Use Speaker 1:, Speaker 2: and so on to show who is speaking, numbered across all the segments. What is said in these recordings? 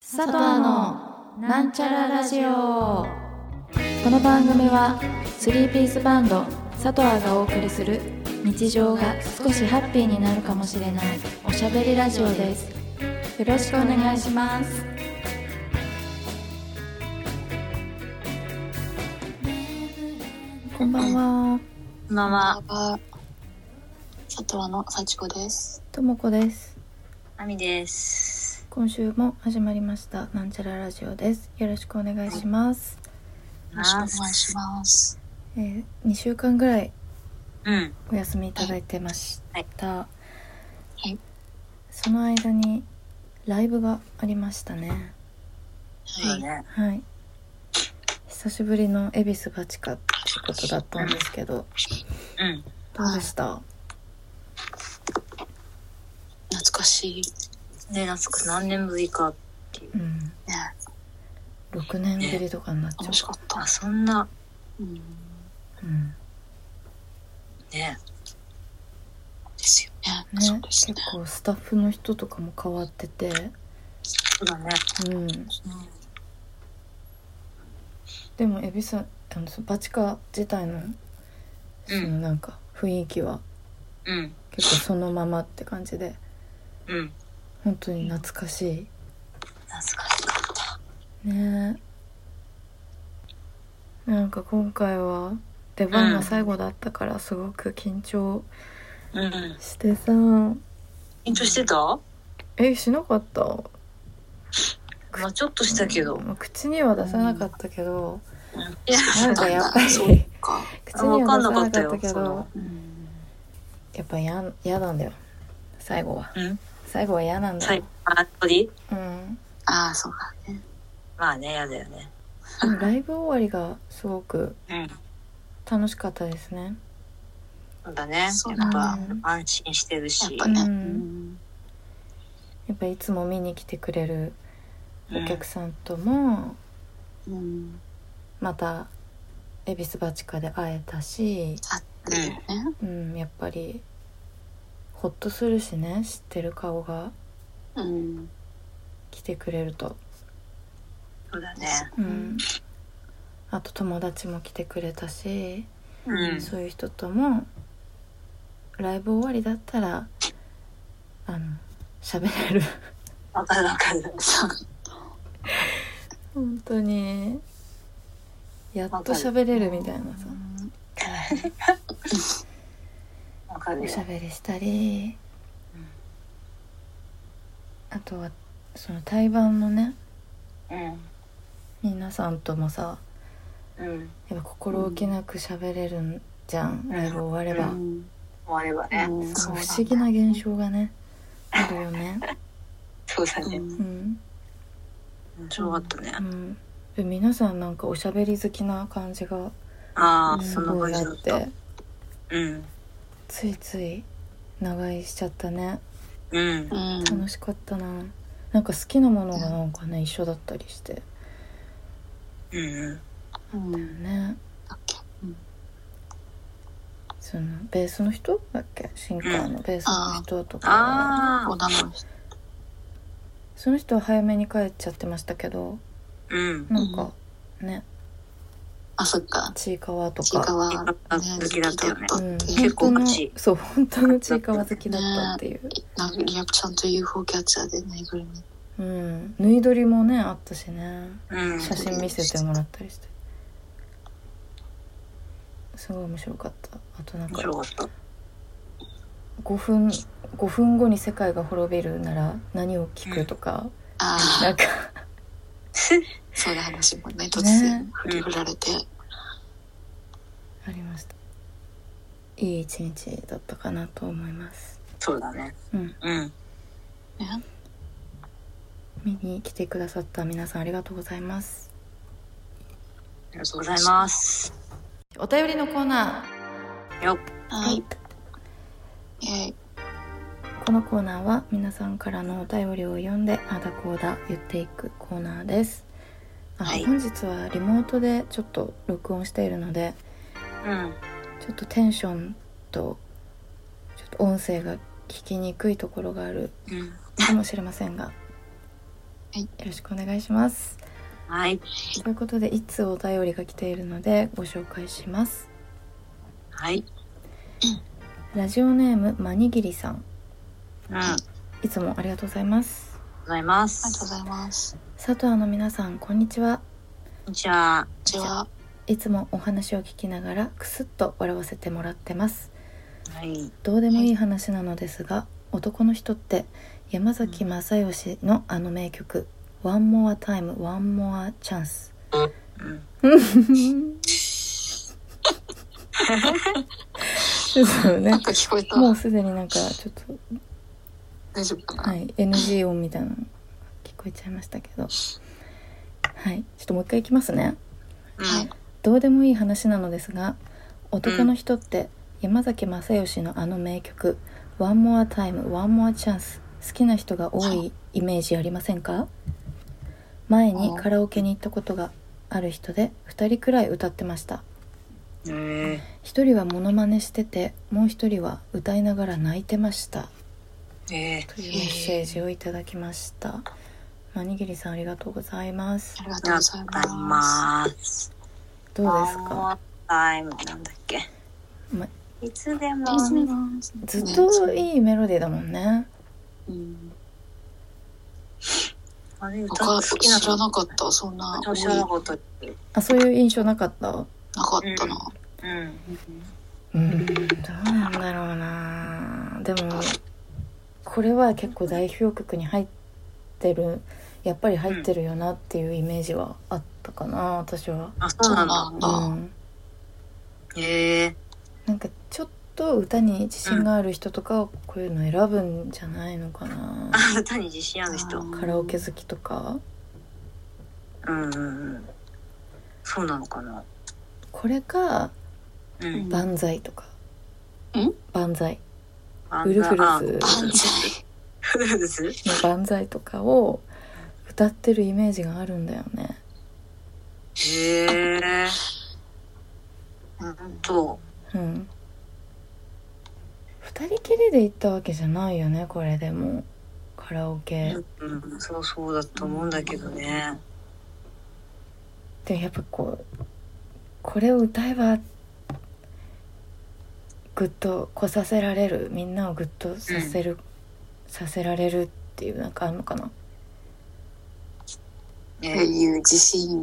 Speaker 1: 佐藤のなんちゃらラジオこの番組はスリーピースバンド佐藤がお送りする日常が少しハッピーになるかもしれないおしゃべりラジオですよろしくお願いしますこんばんは
Speaker 2: こんばんは、
Speaker 3: は。佐藤の幸子です。
Speaker 1: ともこです
Speaker 2: あみです。
Speaker 1: 今週も始まりましたなんちゃらラジオですよろしくお願いします、
Speaker 3: よろしくお願いします。
Speaker 1: えー、2週間ぐらい
Speaker 2: うん。
Speaker 1: お休みいただいてました、
Speaker 3: いはい
Speaker 1: その間にライブがありましたね
Speaker 2: そう
Speaker 3: はい。
Speaker 2: ね。
Speaker 1: はい久しぶりの恵比寿バチカってことだったんですけど
Speaker 2: うん。
Speaker 1: どうでした
Speaker 3: 懐かしい。
Speaker 2: ね、夏子何年ぶりかっていう。
Speaker 1: うん
Speaker 3: ね、
Speaker 1: 6年ぶりとかになっちゃ
Speaker 3: 楽しかった
Speaker 2: あ、。そんな、
Speaker 3: うん。
Speaker 1: う、うん、
Speaker 2: ね。
Speaker 3: ですよね。
Speaker 1: ね
Speaker 3: そうです
Speaker 1: 結
Speaker 3: ね。
Speaker 1: 構スタッフの人とかも変わってて
Speaker 2: そうだね。
Speaker 1: うんでも恵比寿あのバチカ自体のそのなんか雰囲気は
Speaker 2: うん。
Speaker 1: 結構そのままって感じで
Speaker 2: うん。
Speaker 1: 本当に懐かしい
Speaker 2: 懐かしかった。
Speaker 1: ねえなんか今回は出番が最後だったからすごく緊張
Speaker 2: うん。
Speaker 1: してさ、
Speaker 2: 緊張してた
Speaker 1: えしなかった、
Speaker 2: まあちょっとしたけど。
Speaker 1: まあ口には出さなかったけど、
Speaker 2: いや、
Speaker 1: なんかやっぱり
Speaker 3: そう
Speaker 1: 口
Speaker 3: か。
Speaker 1: には出さなかっ
Speaker 2: わか
Speaker 1: た
Speaker 2: んなかった
Speaker 1: け
Speaker 2: よそ
Speaker 1: ど
Speaker 2: の
Speaker 3: うん。
Speaker 1: やっぱやん嫌なんだよ最後は
Speaker 2: うん。
Speaker 1: 最後は嫌なんだ
Speaker 2: 最
Speaker 1: よ
Speaker 2: 後、、あ、鳥
Speaker 1: うん、
Speaker 3: ああ、そうかね。
Speaker 2: まあね、やだよね。
Speaker 1: でもライブ終わりがすごく
Speaker 2: うん。
Speaker 1: 楽しかったですね
Speaker 2: そうだね。
Speaker 3: そう
Speaker 2: やっぱ
Speaker 1: うん、
Speaker 2: 安心してる
Speaker 3: やっ
Speaker 2: し。
Speaker 3: ぱね。
Speaker 1: う
Speaker 3: うんん。
Speaker 1: やっぱいつも見に来てくれるお客
Speaker 2: さ
Speaker 1: さんとも
Speaker 3: うん。
Speaker 1: また恵比寿バチカで会えたし
Speaker 3: あってるよね。
Speaker 1: うん、やっぱりほっとするしね知ってる顔が
Speaker 3: うん。
Speaker 1: 来てくれると、
Speaker 2: ん。そうだね。
Speaker 1: うん
Speaker 3: うん
Speaker 1: あと友達も来てくれたし、
Speaker 2: うん。
Speaker 1: そういう人ともライブ終わりだったらあの喋れる
Speaker 2: わかるわかる。
Speaker 3: そう。
Speaker 1: 本当にやっ
Speaker 2: わ
Speaker 1: と
Speaker 2: かる
Speaker 1: 喋れるみたいなさ
Speaker 2: わかる
Speaker 1: お
Speaker 2: よ
Speaker 1: しゃ。べりしたり、
Speaker 2: うん
Speaker 1: あとはその対バンのね
Speaker 2: うん。
Speaker 1: 皆さんともさ
Speaker 2: うん。
Speaker 1: やっぱ心置きなく喋れるんじゃん、ライブ終われば、
Speaker 3: うん
Speaker 2: 終わればね。
Speaker 3: うん
Speaker 1: そ
Speaker 3: そうう
Speaker 1: 不
Speaker 3: だ
Speaker 1: 思議な現象がねあるよね
Speaker 2: そうだね。
Speaker 1: う、
Speaker 3: うん
Speaker 2: 面白かったね
Speaker 1: う。ん、で皆さんなんかおしゃべり好きな感じが
Speaker 2: あ
Speaker 3: う
Speaker 2: あ、
Speaker 3: ん
Speaker 1: す
Speaker 2: その
Speaker 1: ご
Speaker 2: 感
Speaker 1: い
Speaker 2: じ
Speaker 1: あ
Speaker 2: だ
Speaker 1: っ
Speaker 2: った。
Speaker 1: て
Speaker 2: うん。
Speaker 1: ついつい長居しちゃったね
Speaker 2: うん。
Speaker 3: ん。
Speaker 1: 楽しかったななんか好きなものがなんかね一緒だったりして
Speaker 2: うん。
Speaker 3: うん。
Speaker 1: ね
Speaker 3: だっけうん
Speaker 1: そのベースの人だっけシンカーのベースの人とか
Speaker 2: あ
Speaker 3: 小
Speaker 2: あ。
Speaker 3: 田の人。
Speaker 1: その人は早めに帰っちゃってましたけど
Speaker 2: うん。
Speaker 1: なんかね
Speaker 3: あ、そっか。
Speaker 1: ちいかわと
Speaker 3: ちいか
Speaker 1: か
Speaker 3: わ、
Speaker 2: ちいかわ好きだったよね
Speaker 1: うん
Speaker 3: 好きだっ
Speaker 2: 結構
Speaker 1: 本当の
Speaker 2: 口
Speaker 1: そう本当のちいかわ好きだったっていう、
Speaker 3: たなんかリアクちゃんと UFO キャッチャーでぬいぐるみ
Speaker 1: うん縫い撮りもねあったしね
Speaker 2: うん。
Speaker 1: 写真見せてもらったりしてすごい面白かったあとなん
Speaker 2: 面
Speaker 1: か
Speaker 2: 白かった。
Speaker 1: 5分5分後に世界が滅びるなら何を聞くとか、
Speaker 3: ああ
Speaker 1: なんか
Speaker 3: そういう話もね、突然振り振られて。
Speaker 1: ありましたいい一日だったかなと思います
Speaker 2: そうだね。
Speaker 1: うん
Speaker 2: うん。
Speaker 3: ね
Speaker 1: 見に来てくださった皆さんありがとうございます
Speaker 2: ありがとうございます。
Speaker 1: お便りのコーナ
Speaker 2: よっ。
Speaker 3: はい。えー
Speaker 1: ーこのコーナーは皆さんからのお便りを読んであだこうだ言っていくコーナーですあ、
Speaker 2: はい
Speaker 1: 本日はリモートでちょっと録音しているので
Speaker 2: うん。
Speaker 1: ちょっとテンションとちょっと音声が聞きにくいところがある
Speaker 2: うん。
Speaker 1: かもしれませんが
Speaker 3: はい
Speaker 1: よろしくお願いします
Speaker 2: はい。
Speaker 1: ということで一通お便りが来ているのでご紹介します
Speaker 2: はい。
Speaker 1: ラジオネームまにぎりさん
Speaker 2: うん。ありがと
Speaker 1: いつもありがとうございます
Speaker 2: うございま
Speaker 3: ありがとう
Speaker 2: す。
Speaker 3: ございます。
Speaker 1: 佐藤の皆さんこんにちは
Speaker 2: じゃあ、
Speaker 3: こんにちは。
Speaker 1: いつもお話を聞きながらクスッと笑わせてもらってます
Speaker 2: はい。
Speaker 1: どうでもいい話なのですが男の人って山崎正義のあの名曲「One More Time One More Chance
Speaker 2: うん。」
Speaker 1: ですよね
Speaker 3: なんか聞こえた。
Speaker 1: もうすでになんかちょっと
Speaker 3: 大丈夫かな。
Speaker 1: はい NG 音みたいなの聞こえちゃいましたけどはいちょっともう一回いきますね
Speaker 2: うん。
Speaker 1: どうでもいい話なのですが男の人って山崎正義のあの名曲「One More Time One More Chance」好きな人が多いイメージありませんか前にカラオケに行ったことがある人で2人くらい歌ってました
Speaker 2: え
Speaker 1: 1人はモノマネしててもう1人は歌いながら泣いてました
Speaker 2: ー、え
Speaker 1: というメッセージをいただきましたまにぎりさんありがとうございます
Speaker 3: ありが
Speaker 2: ー、
Speaker 3: とう
Speaker 2: や
Speaker 3: ご
Speaker 2: っ
Speaker 3: ざい
Speaker 2: たり
Speaker 3: ます。
Speaker 2: ます。
Speaker 1: どうですか
Speaker 2: タイムなんだっけ。
Speaker 1: ま
Speaker 2: いつでも。
Speaker 3: ありがとうございます。
Speaker 1: ずっといいメロディーだもんね
Speaker 3: うん。
Speaker 2: あれ
Speaker 3: 僕
Speaker 2: 歌
Speaker 3: は
Speaker 2: 好きな
Speaker 3: 知ら
Speaker 2: の。
Speaker 3: なかった。そんな多い
Speaker 2: 私はなかった。う
Speaker 1: あそういう印象なかった
Speaker 3: なかったな。
Speaker 2: ん。
Speaker 1: うんどうなんだろうなでもこれは結構代表曲に入ってるやっぱり入ってるよなっていうイメージはあったかな私は、
Speaker 2: あ、そ
Speaker 3: そうう
Speaker 2: な
Speaker 3: なんん
Speaker 2: だ。
Speaker 1: う
Speaker 3: だ。
Speaker 1: ん、
Speaker 2: ええ
Speaker 1: なんかちょっと歌に自信がある人とかはこういうの選ぶんじゃないのかな
Speaker 2: あ、歌に自信ある人。
Speaker 1: カラオケ好きとか
Speaker 2: うんうんうん。そうなのかな。
Speaker 1: これか
Speaker 2: うん。
Speaker 1: 万歳とか
Speaker 3: ん
Speaker 1: 万歳
Speaker 2: あ
Speaker 1: ウルフル
Speaker 2: あ
Speaker 3: 万歳。
Speaker 2: フルズ
Speaker 1: スの万歳とかを歌ってるイメージがあるんだよね
Speaker 2: へえ
Speaker 3: うん
Speaker 2: と、
Speaker 1: うん2人きりで行ったわけじゃないよねこれでもカラオケ
Speaker 2: うん、そうそうだと思うんだけどね。
Speaker 1: でやっぱこうこれを歌えばグッと来させられるみんなをグッとさせる、させられるっていうなんかあるのかな
Speaker 3: って
Speaker 2: ね
Speaker 3: いう自信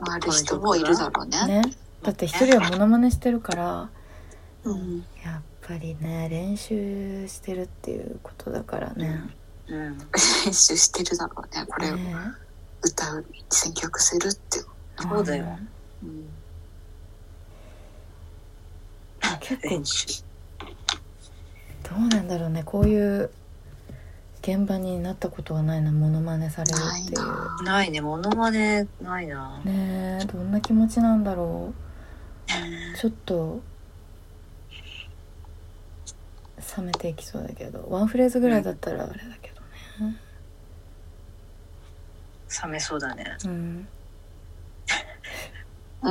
Speaker 3: のある人もいるだろうね。
Speaker 1: ねだって一人はモノマネしてるから
Speaker 3: うん、
Speaker 1: やっぱりね練習してるっていうことだからね
Speaker 2: うん。
Speaker 3: 練習してるだろうね。これを
Speaker 1: ね
Speaker 3: 歌う、選曲するっていう。
Speaker 2: そうだよ
Speaker 3: うん、
Speaker 1: 結構
Speaker 2: 練習。
Speaker 1: どうなんだろうねこういう現場になったことはないなモノマネされる
Speaker 3: ない
Speaker 1: っていう
Speaker 3: な。
Speaker 2: ないね、モノマネないな。
Speaker 1: ねえどんな気持ちなんだろうちょっと冷めていきそうだけどワンフレーズぐらいだったらあれだけどね
Speaker 2: 冷めそうだね。
Speaker 1: うん
Speaker 3: うん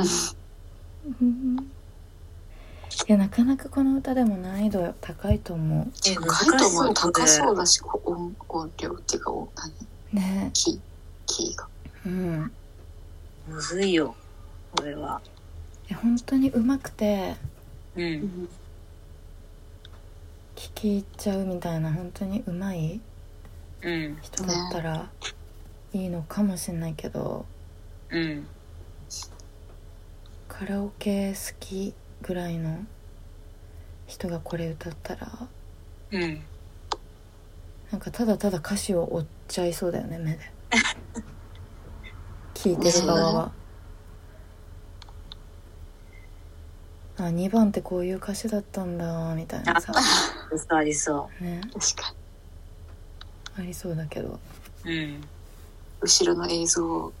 Speaker 1: うんいやなかなかこの歌でも難易度高いと思
Speaker 2: え
Speaker 3: 高いと思うよ。高そう
Speaker 2: だ。
Speaker 3: だし、こう音音量っていうか、音何
Speaker 1: うね
Speaker 3: キー、キーが。
Speaker 1: えうん
Speaker 2: むずいよ、これは。
Speaker 1: いや本当にうまくて
Speaker 2: う。
Speaker 3: うんん、
Speaker 1: 聴き入っちゃうみたいな本当にうまい
Speaker 2: うん。
Speaker 1: 人だったらいいのかもしれないけど、
Speaker 2: うん。
Speaker 1: カラオケ好きぐらいの人がこれ歌ったら
Speaker 2: うん。
Speaker 1: なんかただただ歌詞を追っちゃいそうだよね 目で聞いてる側は。あ2番ってこういう歌詞だったんだみたいなさ
Speaker 2: 嘘ありそ
Speaker 1: ね
Speaker 3: 確かに。
Speaker 1: ありそうだけど
Speaker 2: う。うん。
Speaker 3: 後ろの映像を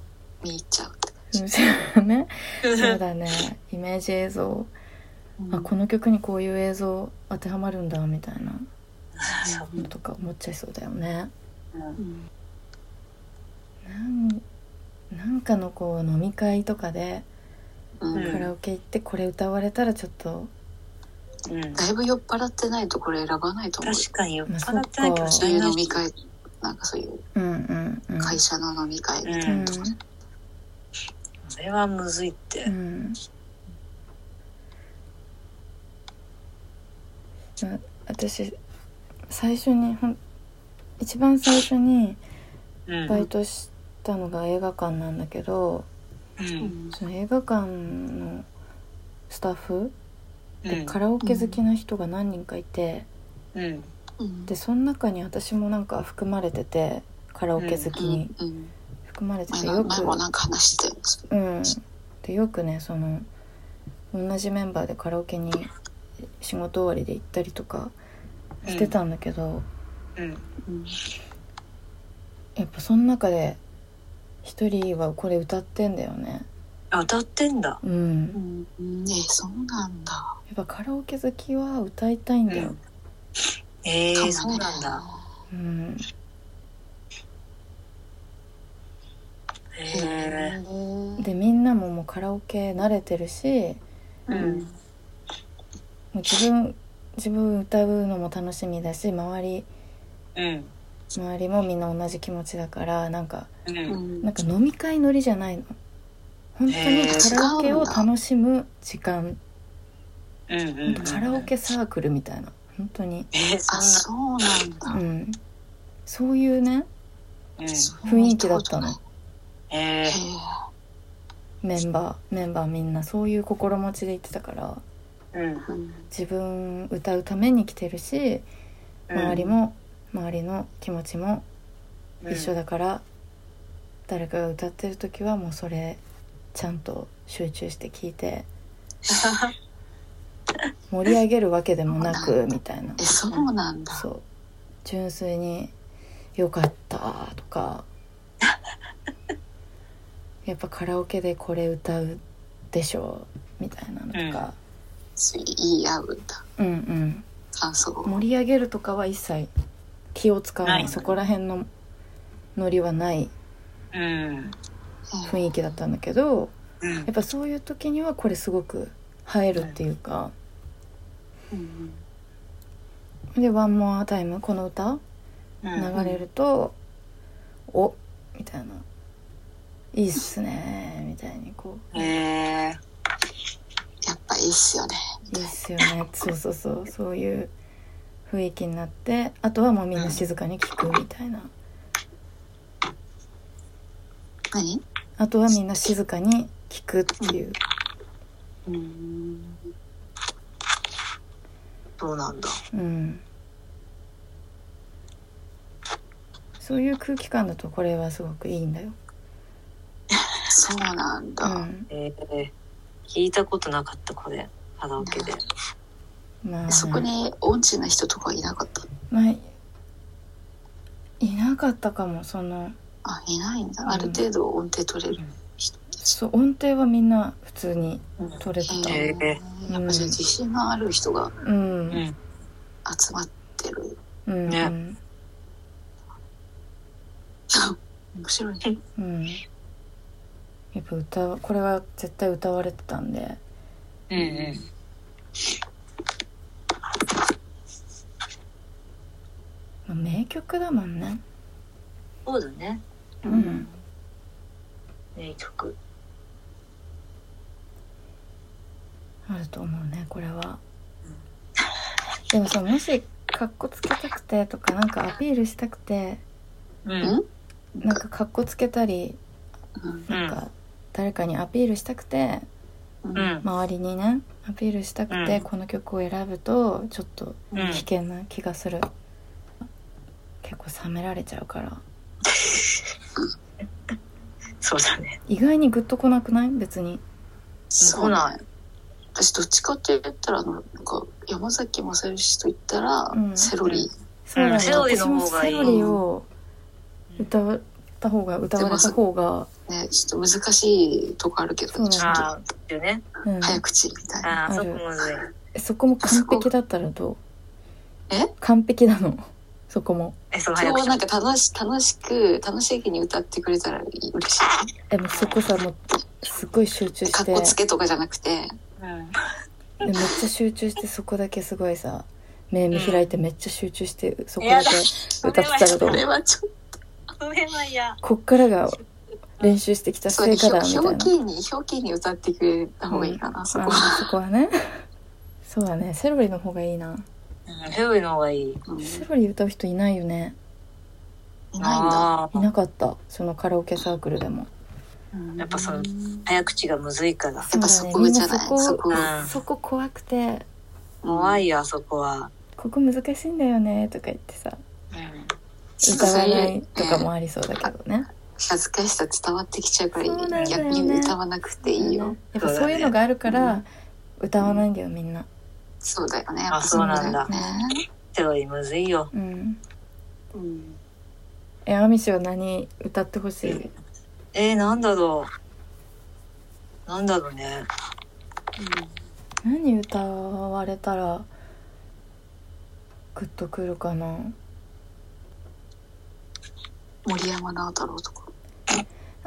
Speaker 3: 見入っちゃうって感じ。
Speaker 1: ね そうだねイメージ映像あこの曲にこういう映像当てはまるんだみたいな
Speaker 2: そう
Speaker 1: のとか思っちゃいそうだよね。
Speaker 2: うん
Speaker 3: うん
Speaker 1: なんなんかのこう飲み会とかで
Speaker 3: うん
Speaker 2: うん
Speaker 1: カラオケ行ってこれ歌われたらちょっと、
Speaker 2: うん。
Speaker 3: だいぶ酔っ払ってないとこれ選ばないと思うよ。
Speaker 2: 確かに酔っ払ってないけど
Speaker 1: まあそっか
Speaker 3: そういう飲み会なんかそういう
Speaker 1: うんうんうん
Speaker 3: 会社の飲み会みたいなとこで、
Speaker 2: それはむずいって、
Speaker 1: うんな私最初にほん一番最初に
Speaker 2: うん
Speaker 1: バイトしたのが映画館なんだけど
Speaker 2: うん
Speaker 1: その映画館のスタッフ
Speaker 2: う
Speaker 1: で
Speaker 2: ん
Speaker 1: カラオケ好きな人が何人かいて、
Speaker 2: うん
Speaker 3: うん
Speaker 1: でその中に私もなんか含まれててカラオケ好き
Speaker 3: う
Speaker 1: に
Speaker 3: んうん
Speaker 1: 含まれて
Speaker 3: 前
Speaker 1: て
Speaker 3: の
Speaker 1: よ
Speaker 3: 前
Speaker 1: く
Speaker 3: もなんか話してたよねそれ
Speaker 1: うん、でよくねその同じメンバーでカラオケに仕事終わりで行ったりとかしてたんだけど、
Speaker 2: うん
Speaker 3: うん
Speaker 1: やっぱその中で一人はこれ歌ってんだよね
Speaker 2: あ歌ってんだ
Speaker 1: うんや
Speaker 3: うんねえそうなんだ
Speaker 1: っぱカラオケ好きは歌いたいんだよ、
Speaker 2: え
Speaker 3: かも
Speaker 2: ー、
Speaker 3: ね
Speaker 2: そうなんだ
Speaker 1: うん
Speaker 2: へえ
Speaker 3: うん
Speaker 1: でみんなももうカラオケ慣れてるし
Speaker 3: う
Speaker 2: う
Speaker 3: ん
Speaker 2: ん
Speaker 1: もう自分自分歌うのも楽しみだし周り
Speaker 2: うん
Speaker 1: 周りもみんな同じ気持ちだからなんか
Speaker 2: う
Speaker 3: うん
Speaker 1: なんか飲み会乗りじゃないの本当にカラオケを楽しむ時間
Speaker 2: うん
Speaker 1: ほんとカラオケサークルみたいな本当に
Speaker 2: えー、
Speaker 3: あ
Speaker 2: そ
Speaker 3: そうなんだ、
Speaker 1: うんそういうね
Speaker 2: んな
Speaker 3: そう
Speaker 1: 雰囲気だったの
Speaker 3: へ
Speaker 2: うんえ
Speaker 3: え
Speaker 2: ー
Speaker 1: メンバーメンバーみんなそういう心持ちで行ってたから
Speaker 2: うん
Speaker 3: うん
Speaker 1: 自分歌うために来てるし周りも周りの気持ちも一緒だから、誰かが歌ってる時はもうそれちゃんと集中して聞いて盛り上げるわけでもなくみたいな
Speaker 3: え そうなんだ
Speaker 1: そう純粋に「よかった」とかやっぱカラオケでこれ歌うでしょうみたいなのとか、
Speaker 3: 言い合うんだ
Speaker 1: うん、うん
Speaker 3: 感想を
Speaker 1: 盛り上げるとかは一切気を使わない
Speaker 2: ない
Speaker 1: そこら辺のノリはない
Speaker 2: うん
Speaker 1: 雰囲気だったんだけど
Speaker 2: うん
Speaker 1: やっぱそういう時にはこれすごく映えるっていうか、
Speaker 3: うん
Speaker 1: で「ワンモアタイムこの歌
Speaker 2: うん
Speaker 1: 流れると「おみたいな「いいっすね」みたいにこう
Speaker 2: えー
Speaker 3: やっぱいいっすよね
Speaker 1: 「いいっすよね」そうそうそうそういう雰囲気になってあとはもうみんな静かに聞くみたいな
Speaker 3: 何
Speaker 1: あとはみんな静かに聞くっていう
Speaker 3: うん
Speaker 2: そうなんだ
Speaker 1: うんそういう空気感だとこれはすごくいいんだよ。
Speaker 3: そうなん
Speaker 1: う
Speaker 3: だ、
Speaker 1: ん、
Speaker 2: えー、聞いたことなかったこれカラオケで
Speaker 1: まあね
Speaker 3: そこに音痴な人とかいなかった
Speaker 1: まあいなかったかもその
Speaker 3: あいないんだ、
Speaker 1: うん
Speaker 3: ある程度音程取れる人たち
Speaker 1: そう音程はみんな普通に
Speaker 2: うん
Speaker 1: 取れてた。
Speaker 2: へえ
Speaker 3: うんやっぱじゃあ自信がある人が
Speaker 1: うん
Speaker 2: うん
Speaker 3: 集まってる
Speaker 1: うん
Speaker 2: ね
Speaker 3: 面白いね
Speaker 1: うんうんやっぱ歌わこれは絶対歌われてたんで
Speaker 2: うんうん
Speaker 1: まあ名曲だもんね
Speaker 2: そうだね
Speaker 1: う
Speaker 3: うんん
Speaker 2: 名曲
Speaker 1: あると思うねこれはでもさもしかっこつけたくてとかなんかアピールしたくて
Speaker 2: うん
Speaker 1: なんかかっこつけたりなんか誰かにアピールしたくて
Speaker 3: うんう
Speaker 2: う
Speaker 3: ん
Speaker 2: ん
Speaker 1: 周りにねアピールしたく
Speaker 2: う
Speaker 1: て
Speaker 2: ん
Speaker 1: この曲を選ぶとちょっと
Speaker 2: うん
Speaker 1: 危険な気がする、結構冷められちゃうから
Speaker 2: そうだね
Speaker 1: 意外にグッとこなくない別に
Speaker 3: そうない私どっちかって言ったらあのなんか山崎まさよしと言ったら
Speaker 1: うん
Speaker 3: セロリ、
Speaker 1: そうなんだ、
Speaker 2: セロリの
Speaker 1: 私も
Speaker 2: 方がいい
Speaker 1: セロリを歌った方が歌われた方が、
Speaker 3: ねちょっと難しいとこあるけど
Speaker 1: そうなん
Speaker 3: ちょっと
Speaker 2: ああっていうね
Speaker 1: うん、
Speaker 3: 早口みたいな、
Speaker 2: ああそこむずい
Speaker 1: そこも完璧だったらどう
Speaker 3: え
Speaker 1: 完璧なのそこも
Speaker 2: えその
Speaker 3: 今
Speaker 2: 早
Speaker 3: 日
Speaker 2: 口
Speaker 3: なんか楽し楽しく楽しい日に歌ってくれたら嬉しい
Speaker 1: えもうそこさもうすっごい集中し
Speaker 3: かってこつけとかじゃなくて
Speaker 2: う
Speaker 1: で
Speaker 2: ん
Speaker 1: めっちゃ集中してそこだけすごいさ目見開いてめっちゃ集中してそこだけ歌ってたけど
Speaker 3: これはちょっ
Speaker 2: それは嫌。
Speaker 1: こっからが練習してきた
Speaker 3: と
Speaker 1: 成果だみたいな
Speaker 3: 表記に表記に歌ってくれた方がいいかな、そこ
Speaker 1: あそ
Speaker 3: は、
Speaker 1: こはねそうだねセロリの方がいいな
Speaker 2: うん、ヘブの方がいい。
Speaker 3: うんい
Speaker 1: セロリ歌う人いないよね
Speaker 3: ないんだ、
Speaker 2: あ
Speaker 1: い
Speaker 2: ー
Speaker 1: なかったそのカラオケサークルでも
Speaker 3: うん
Speaker 2: やっぱその
Speaker 3: や
Speaker 2: 早口がむずいから。
Speaker 1: そ
Speaker 3: っ
Speaker 1: う
Speaker 3: ぱ
Speaker 1: だ
Speaker 3: そ
Speaker 1: ね
Speaker 3: こじゃない
Speaker 1: みんな
Speaker 3: そ
Speaker 1: そ
Speaker 3: こ
Speaker 1: こ
Speaker 2: うん
Speaker 1: そこ怖くて
Speaker 2: 怖いよ、あそこは。
Speaker 1: ここ難しいんだよねとか言ってさ
Speaker 3: ちょっ
Speaker 1: 歌
Speaker 3: とそう
Speaker 1: わ
Speaker 3: いう
Speaker 1: ないとかもありそうだけどね
Speaker 3: 恥ずかしさ伝わってきちゃうから
Speaker 1: そうなんだよね
Speaker 3: 逆に歌わなくていいよ
Speaker 1: やっぱそういうのがあるから歌わないんだよみんな
Speaker 3: そうだよね
Speaker 2: あそうなんだ
Speaker 3: やっぱそうよね
Speaker 2: セロリむずいよ。
Speaker 1: うん
Speaker 3: うん
Speaker 1: えアミシは何歌ってほしい
Speaker 2: えー、なんだろう。なんだろうね。
Speaker 1: 何歌われたらグッとくるかな
Speaker 3: 森山直太朗とか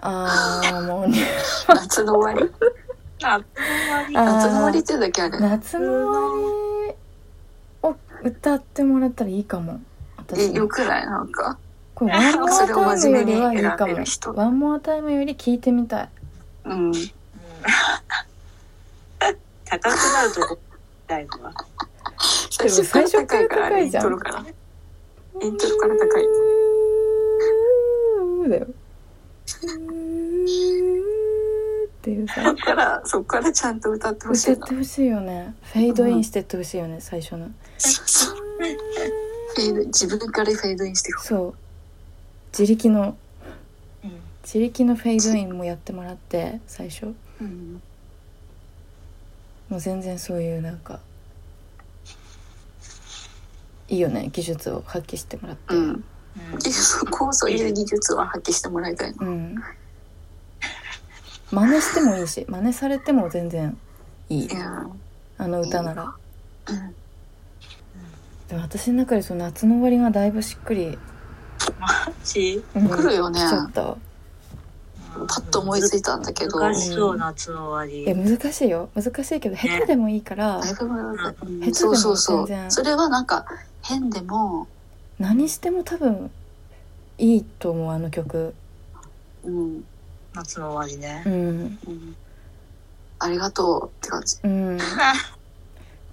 Speaker 1: あーもうね
Speaker 3: 夏の終わり
Speaker 2: あ、
Speaker 3: 夏の終わりっ
Speaker 1: あ
Speaker 3: ていうだけあ
Speaker 1: ー
Speaker 3: る
Speaker 1: 夏の終わりを歌ってもらったらいいかも
Speaker 3: え
Speaker 1: 私
Speaker 3: よくないなんか
Speaker 1: これワンモアタイムよりはいい
Speaker 3: そ
Speaker 1: か
Speaker 3: れを真面目に選んでる人
Speaker 1: もワンモアタイムより聞いてみたい
Speaker 3: うん
Speaker 2: 高くなるとこ、だいぶは。
Speaker 3: 最初から高いから
Speaker 1: 最
Speaker 3: イ
Speaker 1: 初
Speaker 3: ント
Speaker 1: から高
Speaker 3: ロからイントロから高いう
Speaker 1: ーだようーっていう
Speaker 3: そ
Speaker 1: さ
Speaker 3: っからそっからちゃんと歌ってほ
Speaker 1: 歌
Speaker 3: しい
Speaker 1: っ
Speaker 3: な
Speaker 1: てほしいよねフェードインしてってほしいよね最初の
Speaker 3: そうそうフェード自分からフェードインしていく
Speaker 1: そう自力の
Speaker 2: うん。
Speaker 1: 自力のフェードインもやってもらって最初
Speaker 3: うん
Speaker 1: もう全然そういうなんかいいよね技術を発揮してもらって
Speaker 3: うん
Speaker 2: うん
Speaker 3: 技術こうそういう技術は発揮してもらいたいな
Speaker 1: うん真似してもいいし真似されても全然いい
Speaker 3: いや
Speaker 1: あの歌なら
Speaker 3: ーうん
Speaker 1: でも私の中でその夏の終わりがだいぶしっくり、
Speaker 2: マジ
Speaker 1: うん
Speaker 3: 来るよね
Speaker 1: きちゃった
Speaker 3: パッと思いついたんだけど
Speaker 2: 難しそう、夏の終わ
Speaker 1: え
Speaker 2: り。
Speaker 1: 難しいよ難しいけど下手でもいいから
Speaker 3: だいぶ前だっ
Speaker 1: 下手
Speaker 3: た
Speaker 1: でも
Speaker 3: そうそうそ
Speaker 1: 全
Speaker 3: う
Speaker 1: 然
Speaker 3: それはなんか変でも
Speaker 1: 何しても多分いいと思うあの曲
Speaker 3: うん
Speaker 2: 夏の終わりね
Speaker 1: う。ん
Speaker 3: うんありがとうって感じ
Speaker 1: うん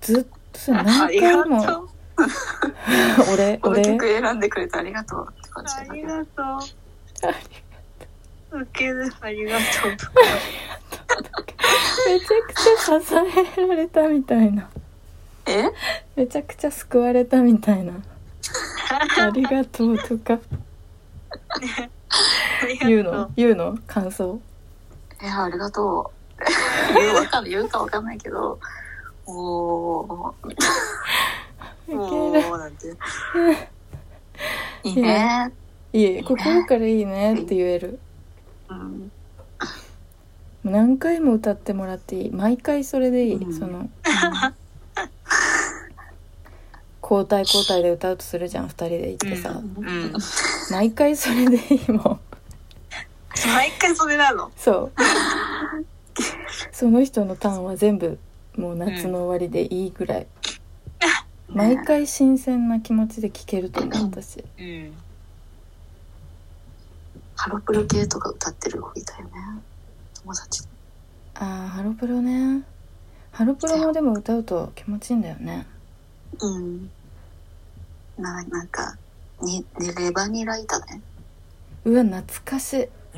Speaker 1: ずっとそれ
Speaker 2: あ
Speaker 1: 何
Speaker 2: りが
Speaker 1: 回も
Speaker 2: とう。
Speaker 1: 俺
Speaker 3: この
Speaker 1: 俺
Speaker 3: 曲選んでくれてありがとうって感じ
Speaker 2: あ
Speaker 3: だ
Speaker 2: り
Speaker 3: ね
Speaker 2: がと
Speaker 1: あ
Speaker 2: う。受ける、ありがとうとか。
Speaker 1: めちゃくちゃ支えられたみたいな
Speaker 3: え
Speaker 1: めちゃくちゃ救われたみたいなありがとうとか
Speaker 2: ありがと
Speaker 1: 言うの言うの感想
Speaker 3: えー、ありがとう。言うわかんない言うかわかんないけど、おー、
Speaker 1: い
Speaker 2: も
Speaker 1: ける
Speaker 2: うなんて。
Speaker 3: いいね。
Speaker 1: いえ心からいいねって言える
Speaker 3: うん、
Speaker 1: もう何回も歌ってもらっていい毎回それでいい、
Speaker 3: うん
Speaker 1: その交代交代で歌うとするじゃん2人で行ってさ、
Speaker 2: うん。
Speaker 1: 毎回それでいいもん
Speaker 2: 毎回それなの。
Speaker 1: そうその人のターンは全部もう夏の終わりでいいぐらい、毎回新鮮な気持ちで聴けると思う私
Speaker 2: うん。
Speaker 3: ハロプロ系とか歌ってる子いたよね。友達。
Speaker 1: あーハロプロねハロプロもでも歌うと気持ちいいんだよね
Speaker 3: うん。な、なんか、に、ね、レバニラいたね。
Speaker 1: うわ懐かしい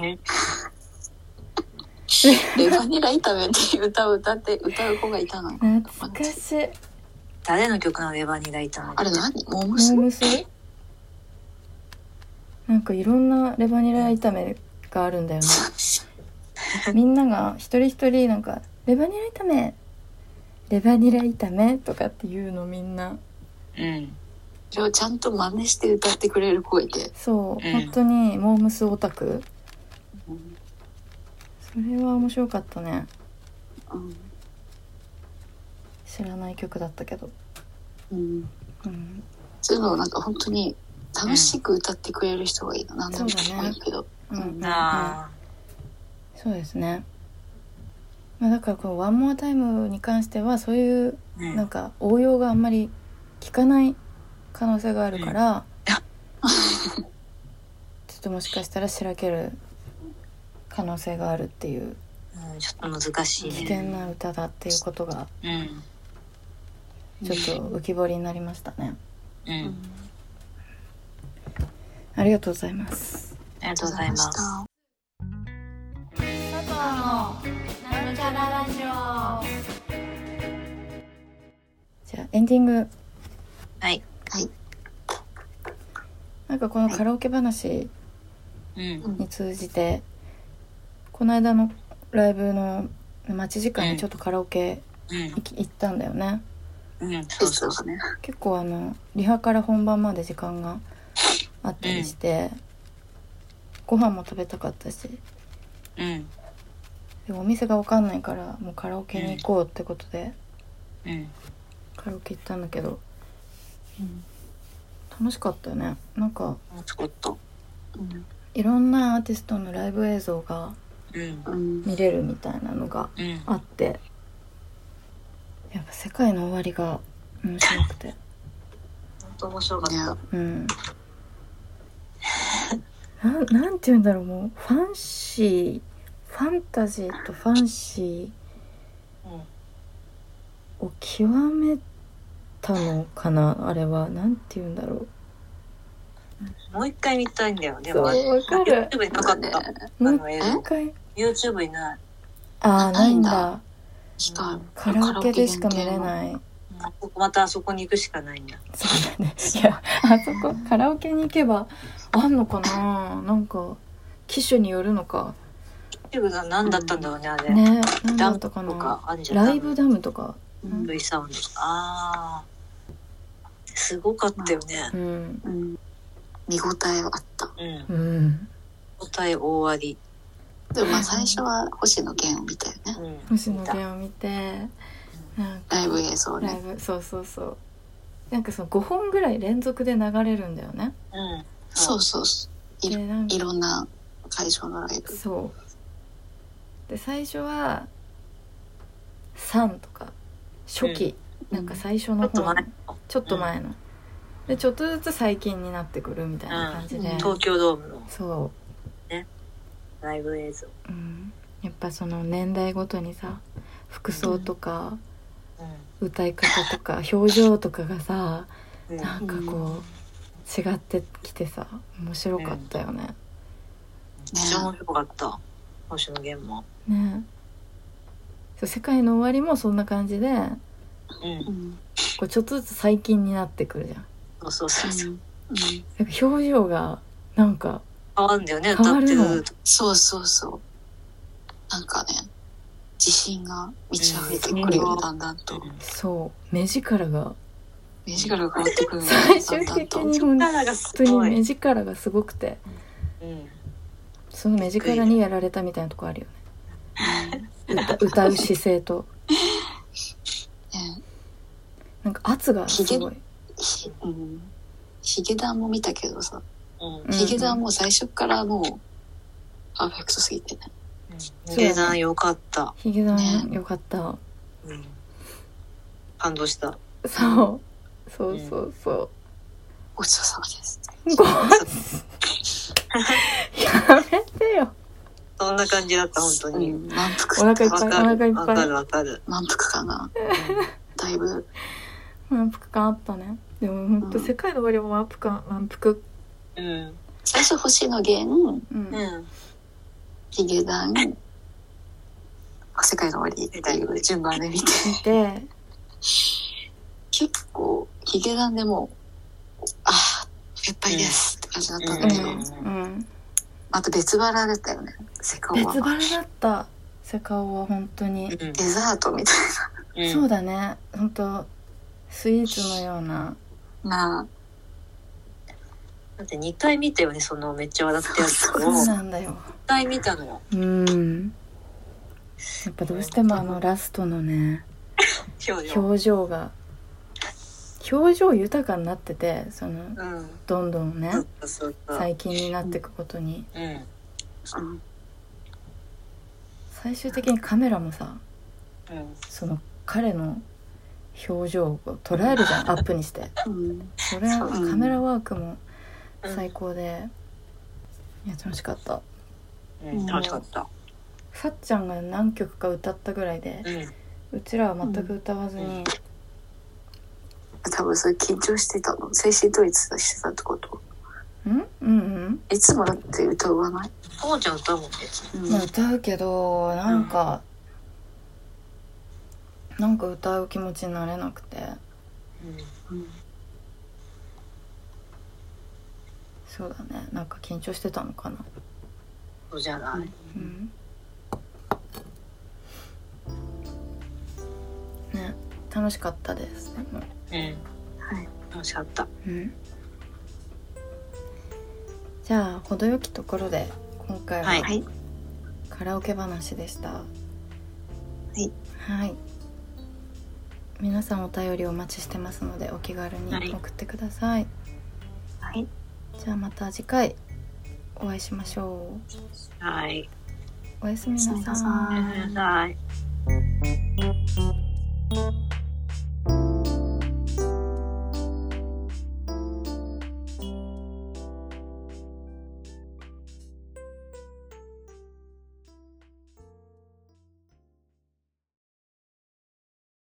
Speaker 3: レバニラ炒めっていう歌を歌って、歌う子がいたの。
Speaker 1: 懐かしい
Speaker 2: 誰の曲のレバニラいたの
Speaker 3: あれ何モー
Speaker 1: モ
Speaker 3: ムス
Speaker 1: ームスなんかいろんなレバニラ炒めがあるん だよねみんなが一人一人なんか「レバニラ炒めレバニラ炒め」とかっていうのみんな
Speaker 2: うん。
Speaker 3: それをちゃんと真似して歌ってくれる子がいて。
Speaker 1: そう、
Speaker 2: うん
Speaker 1: 本当にモームスオタク
Speaker 3: うん。
Speaker 1: それは面白かったね
Speaker 3: うん。
Speaker 1: 知らない曲だったけど、
Speaker 3: うん
Speaker 1: うん、
Speaker 3: そういうのをなんか本当に楽しく歌ってくれる人がいいな。何でも聞こえるけど。
Speaker 1: うんうんうん
Speaker 2: あ
Speaker 1: そうですね、まあ、だからこの「ワンモアタイムに関してはそういう
Speaker 2: あ。うん
Speaker 1: なんか応用があんまり聞かない可能性がある から、ちょっともしかしたらしらける可能性があるっていう
Speaker 2: うんちょっと難し
Speaker 1: 危
Speaker 2: い
Speaker 1: 険
Speaker 2: ね。
Speaker 1: な歌だっていうことが
Speaker 2: うん。
Speaker 1: ちょっと浮き彫りになりましたね。
Speaker 2: うん。
Speaker 1: ありがとうございます。
Speaker 2: ありがとうございます。
Speaker 4: 佐藤のなんちゃらラジオ
Speaker 1: じゃあエンディング
Speaker 2: はい。
Speaker 1: なんかこのカラオケ話
Speaker 2: うん。
Speaker 1: に通じてこの間のライブの待ち時間にちょっとカラオケ行き行ったんだよね
Speaker 2: うん。うん。そうそうそう。
Speaker 3: ね。
Speaker 1: 結構あのリハから本番まで時間があったりして、ご飯も食べたかったし
Speaker 2: うん。
Speaker 1: でもお店が分かんないからもうカラオケに行こうってことで
Speaker 2: うん。
Speaker 1: カラオケ行ったんだけど、楽しかったよねなんか
Speaker 2: ちょっと。
Speaker 3: うん
Speaker 1: いろんなアーティストのライブ映像が
Speaker 2: うん。
Speaker 3: うん。
Speaker 1: 見れるみたいなのが
Speaker 2: うん。
Speaker 1: あってやっぱ「世界の終わり」が面白くて
Speaker 2: 本当面白
Speaker 3: ね
Speaker 2: かっ
Speaker 1: うんなんなんて言うんだろうもうファンシーファンタジーとファンシ
Speaker 2: た。うん。
Speaker 1: ーを極めたのかなあれはなんて言うんだろ
Speaker 2: もう一回見たいんだよ。で
Speaker 1: う
Speaker 2: も、
Speaker 1: わかる
Speaker 2: YouTube になかった。
Speaker 1: も
Speaker 2: あ
Speaker 1: う
Speaker 2: の映
Speaker 1: 一
Speaker 2: 像。
Speaker 1: 回
Speaker 2: YouTube にない。
Speaker 1: ああないん
Speaker 3: な
Speaker 1: だ
Speaker 3: したい。
Speaker 1: カラオケでしか見れない
Speaker 2: うんここまたあそこに行くしかないんだ。
Speaker 1: そうだねいやあそこカラオケに行けばあんのかななんか機種によるのか
Speaker 2: YouTube が何だったんだろうね、あれ。
Speaker 1: ねなん
Speaker 2: ダ
Speaker 1: だ
Speaker 2: ム
Speaker 1: った
Speaker 2: と
Speaker 1: か
Speaker 2: か
Speaker 1: な
Speaker 2: あるじゃん。
Speaker 1: ライブダムとか、
Speaker 3: 限定
Speaker 2: V サウンドとか。ああ。すごかったよね
Speaker 1: う。ん、
Speaker 3: の。うん。見応えはあった。
Speaker 2: うん。
Speaker 1: うん、
Speaker 2: 答え大あり。
Speaker 3: でもまあ最初は星野源を見たよね。
Speaker 2: うん。
Speaker 1: 星野
Speaker 2: 見た
Speaker 1: 源を見てなんか
Speaker 3: ライブ映像
Speaker 1: ラ
Speaker 3: ね
Speaker 1: イ。ブそうそうそうなんかその5本ぐらい連続で流れるんだよね
Speaker 2: うん。
Speaker 3: そうそうそう。
Speaker 1: でなんか
Speaker 3: いろんな会場のライブ。
Speaker 1: そうで最初は「3」とか初期、
Speaker 3: うん
Speaker 1: なんか最初の
Speaker 2: ちょっと
Speaker 1: 方
Speaker 2: 前。
Speaker 1: ちょっと前の、でちょっとずつ最近になってくるみたいな感じで、
Speaker 3: うん
Speaker 2: 東京ドームの
Speaker 1: そ
Speaker 2: ライブ映像。
Speaker 1: う、うん、やっぱその年代ごとにさ服装とか
Speaker 2: う
Speaker 1: 歌い方とか表情とかがさ
Speaker 2: ん。うん。
Speaker 1: なんかこう違ってきてさ面白かったよね。
Speaker 2: めっちゃ面白かった。星野源も。
Speaker 1: ねそう世界の終わりもそんな感じで
Speaker 2: うん
Speaker 3: う。ん。
Speaker 1: こうちょっとずつ最近になってくるじゃん。
Speaker 2: そうそうそうそう。
Speaker 3: うん
Speaker 1: やっぱ表情がなんか
Speaker 2: 変わるんだよね、
Speaker 1: 変
Speaker 2: 歌
Speaker 1: わ
Speaker 2: っ
Speaker 1: る
Speaker 2: て
Speaker 1: の
Speaker 2: ると。
Speaker 3: そうそうそう。なんかね、自信が満ち溢れてくる
Speaker 2: う
Speaker 3: よ、
Speaker 2: ん
Speaker 3: だんだんと。
Speaker 1: そう目力が
Speaker 3: 目力が変わってくるよ、
Speaker 1: 最
Speaker 3: だん
Speaker 1: 終
Speaker 3: だん
Speaker 1: 的
Speaker 3: と。
Speaker 1: に本
Speaker 2: 力がす
Speaker 1: 当に
Speaker 2: ごい
Speaker 1: 目力がすごくて
Speaker 2: うん。
Speaker 1: その目力にやられたみたいなとこあるよね歌歌う姿勢と
Speaker 3: ね
Speaker 1: なんか圧がすごい、
Speaker 3: ひうんヒゲダンも見たけどさ、
Speaker 2: うん。
Speaker 1: うん
Speaker 3: ヒゲダンも最初からもう、パーフェクトすぎてね。
Speaker 1: う
Speaker 2: 下山良かった。
Speaker 1: ヒゲダンよかった
Speaker 2: うん。感動した。
Speaker 1: そうそうそうそ
Speaker 3: ごちそうさまです。
Speaker 1: うご やめてよ
Speaker 2: そんな感じだった、本当
Speaker 3: う
Speaker 2: に。
Speaker 3: ん、満
Speaker 1: お腹
Speaker 3: 腹
Speaker 1: いっ
Speaker 2: わ
Speaker 1: ぱいお
Speaker 2: か
Speaker 1: 腹いっぱ
Speaker 2: る、わか
Speaker 1: い
Speaker 2: る、わかる。
Speaker 3: 満腹かな。だいぶ。
Speaker 1: 満腹感あったねでも本当
Speaker 3: うん
Speaker 1: 世界の終わりも満腹感満腹
Speaker 2: うん。
Speaker 3: 最初星野源、
Speaker 1: うん、
Speaker 2: うん。
Speaker 3: ヒゲダン、世界の終わりみたいな順番で見て。
Speaker 1: で
Speaker 3: 結構ヒゲダンでもうああいっぱいですって感じだったん
Speaker 1: う
Speaker 3: だけど、
Speaker 1: ん、うん、
Speaker 3: あと別腹だったよねセカオワ
Speaker 1: 別腹だったセカオは本当に、
Speaker 2: うん
Speaker 3: デザートみたい
Speaker 2: うん
Speaker 1: そうだね本当スイーツのような
Speaker 3: な
Speaker 2: だって2回見たよね、そのめっちゃ笑ったやつ
Speaker 3: そ
Speaker 2: を。
Speaker 3: う
Speaker 1: そう
Speaker 2: 1
Speaker 1: なんだよ
Speaker 2: 回見たのよ。
Speaker 1: うんやっぱどうしてもあのラストのね
Speaker 2: 表情。
Speaker 1: 表情が表情豊かになっててその
Speaker 2: うん。
Speaker 1: どんどんね
Speaker 2: そうそうそう。
Speaker 1: 最近になっていくことに
Speaker 2: うん。
Speaker 3: うん
Speaker 1: 最終的にカメラもさ
Speaker 2: うん。
Speaker 1: その彼の表情を捉えるじゃんアップにして
Speaker 3: うん
Speaker 1: それ
Speaker 2: そう
Speaker 1: カメラワークも最高で、いや楽しかった
Speaker 2: うん、楽しかった。
Speaker 1: さっちゃんが何曲か歌ったぐらいで
Speaker 2: うん。
Speaker 1: うちらは全く歌わずに、
Speaker 2: うん
Speaker 3: 多分それ緊張してたの精神統一してたってこと
Speaker 1: んうん
Speaker 3: いつもだって歌わない、
Speaker 2: おうちゃん歌うもんね。
Speaker 3: うん
Speaker 1: うん、まあ歌うけどなんか、なんか歌う気持ちになれなくて
Speaker 3: うん
Speaker 1: そうだねなんか緊張してたのかな
Speaker 2: そうじゃない。
Speaker 1: うんね楽しかったですでも
Speaker 2: うん。
Speaker 3: はい。
Speaker 2: 楽しかった。
Speaker 1: うんじゃあ程よきところで今回は
Speaker 2: はい
Speaker 1: カラオケ話でしたはいはい皆さんお便りお待ちしてますのでお気軽に
Speaker 2: はい
Speaker 1: 送ってください、
Speaker 3: はい
Speaker 1: じゃあまた次回お会いしましょ
Speaker 2: はい。
Speaker 1: うおやすみな
Speaker 3: おやすみ
Speaker 1: さ
Speaker 3: なさ
Speaker 1: い
Speaker 3: い
Speaker 2: はい。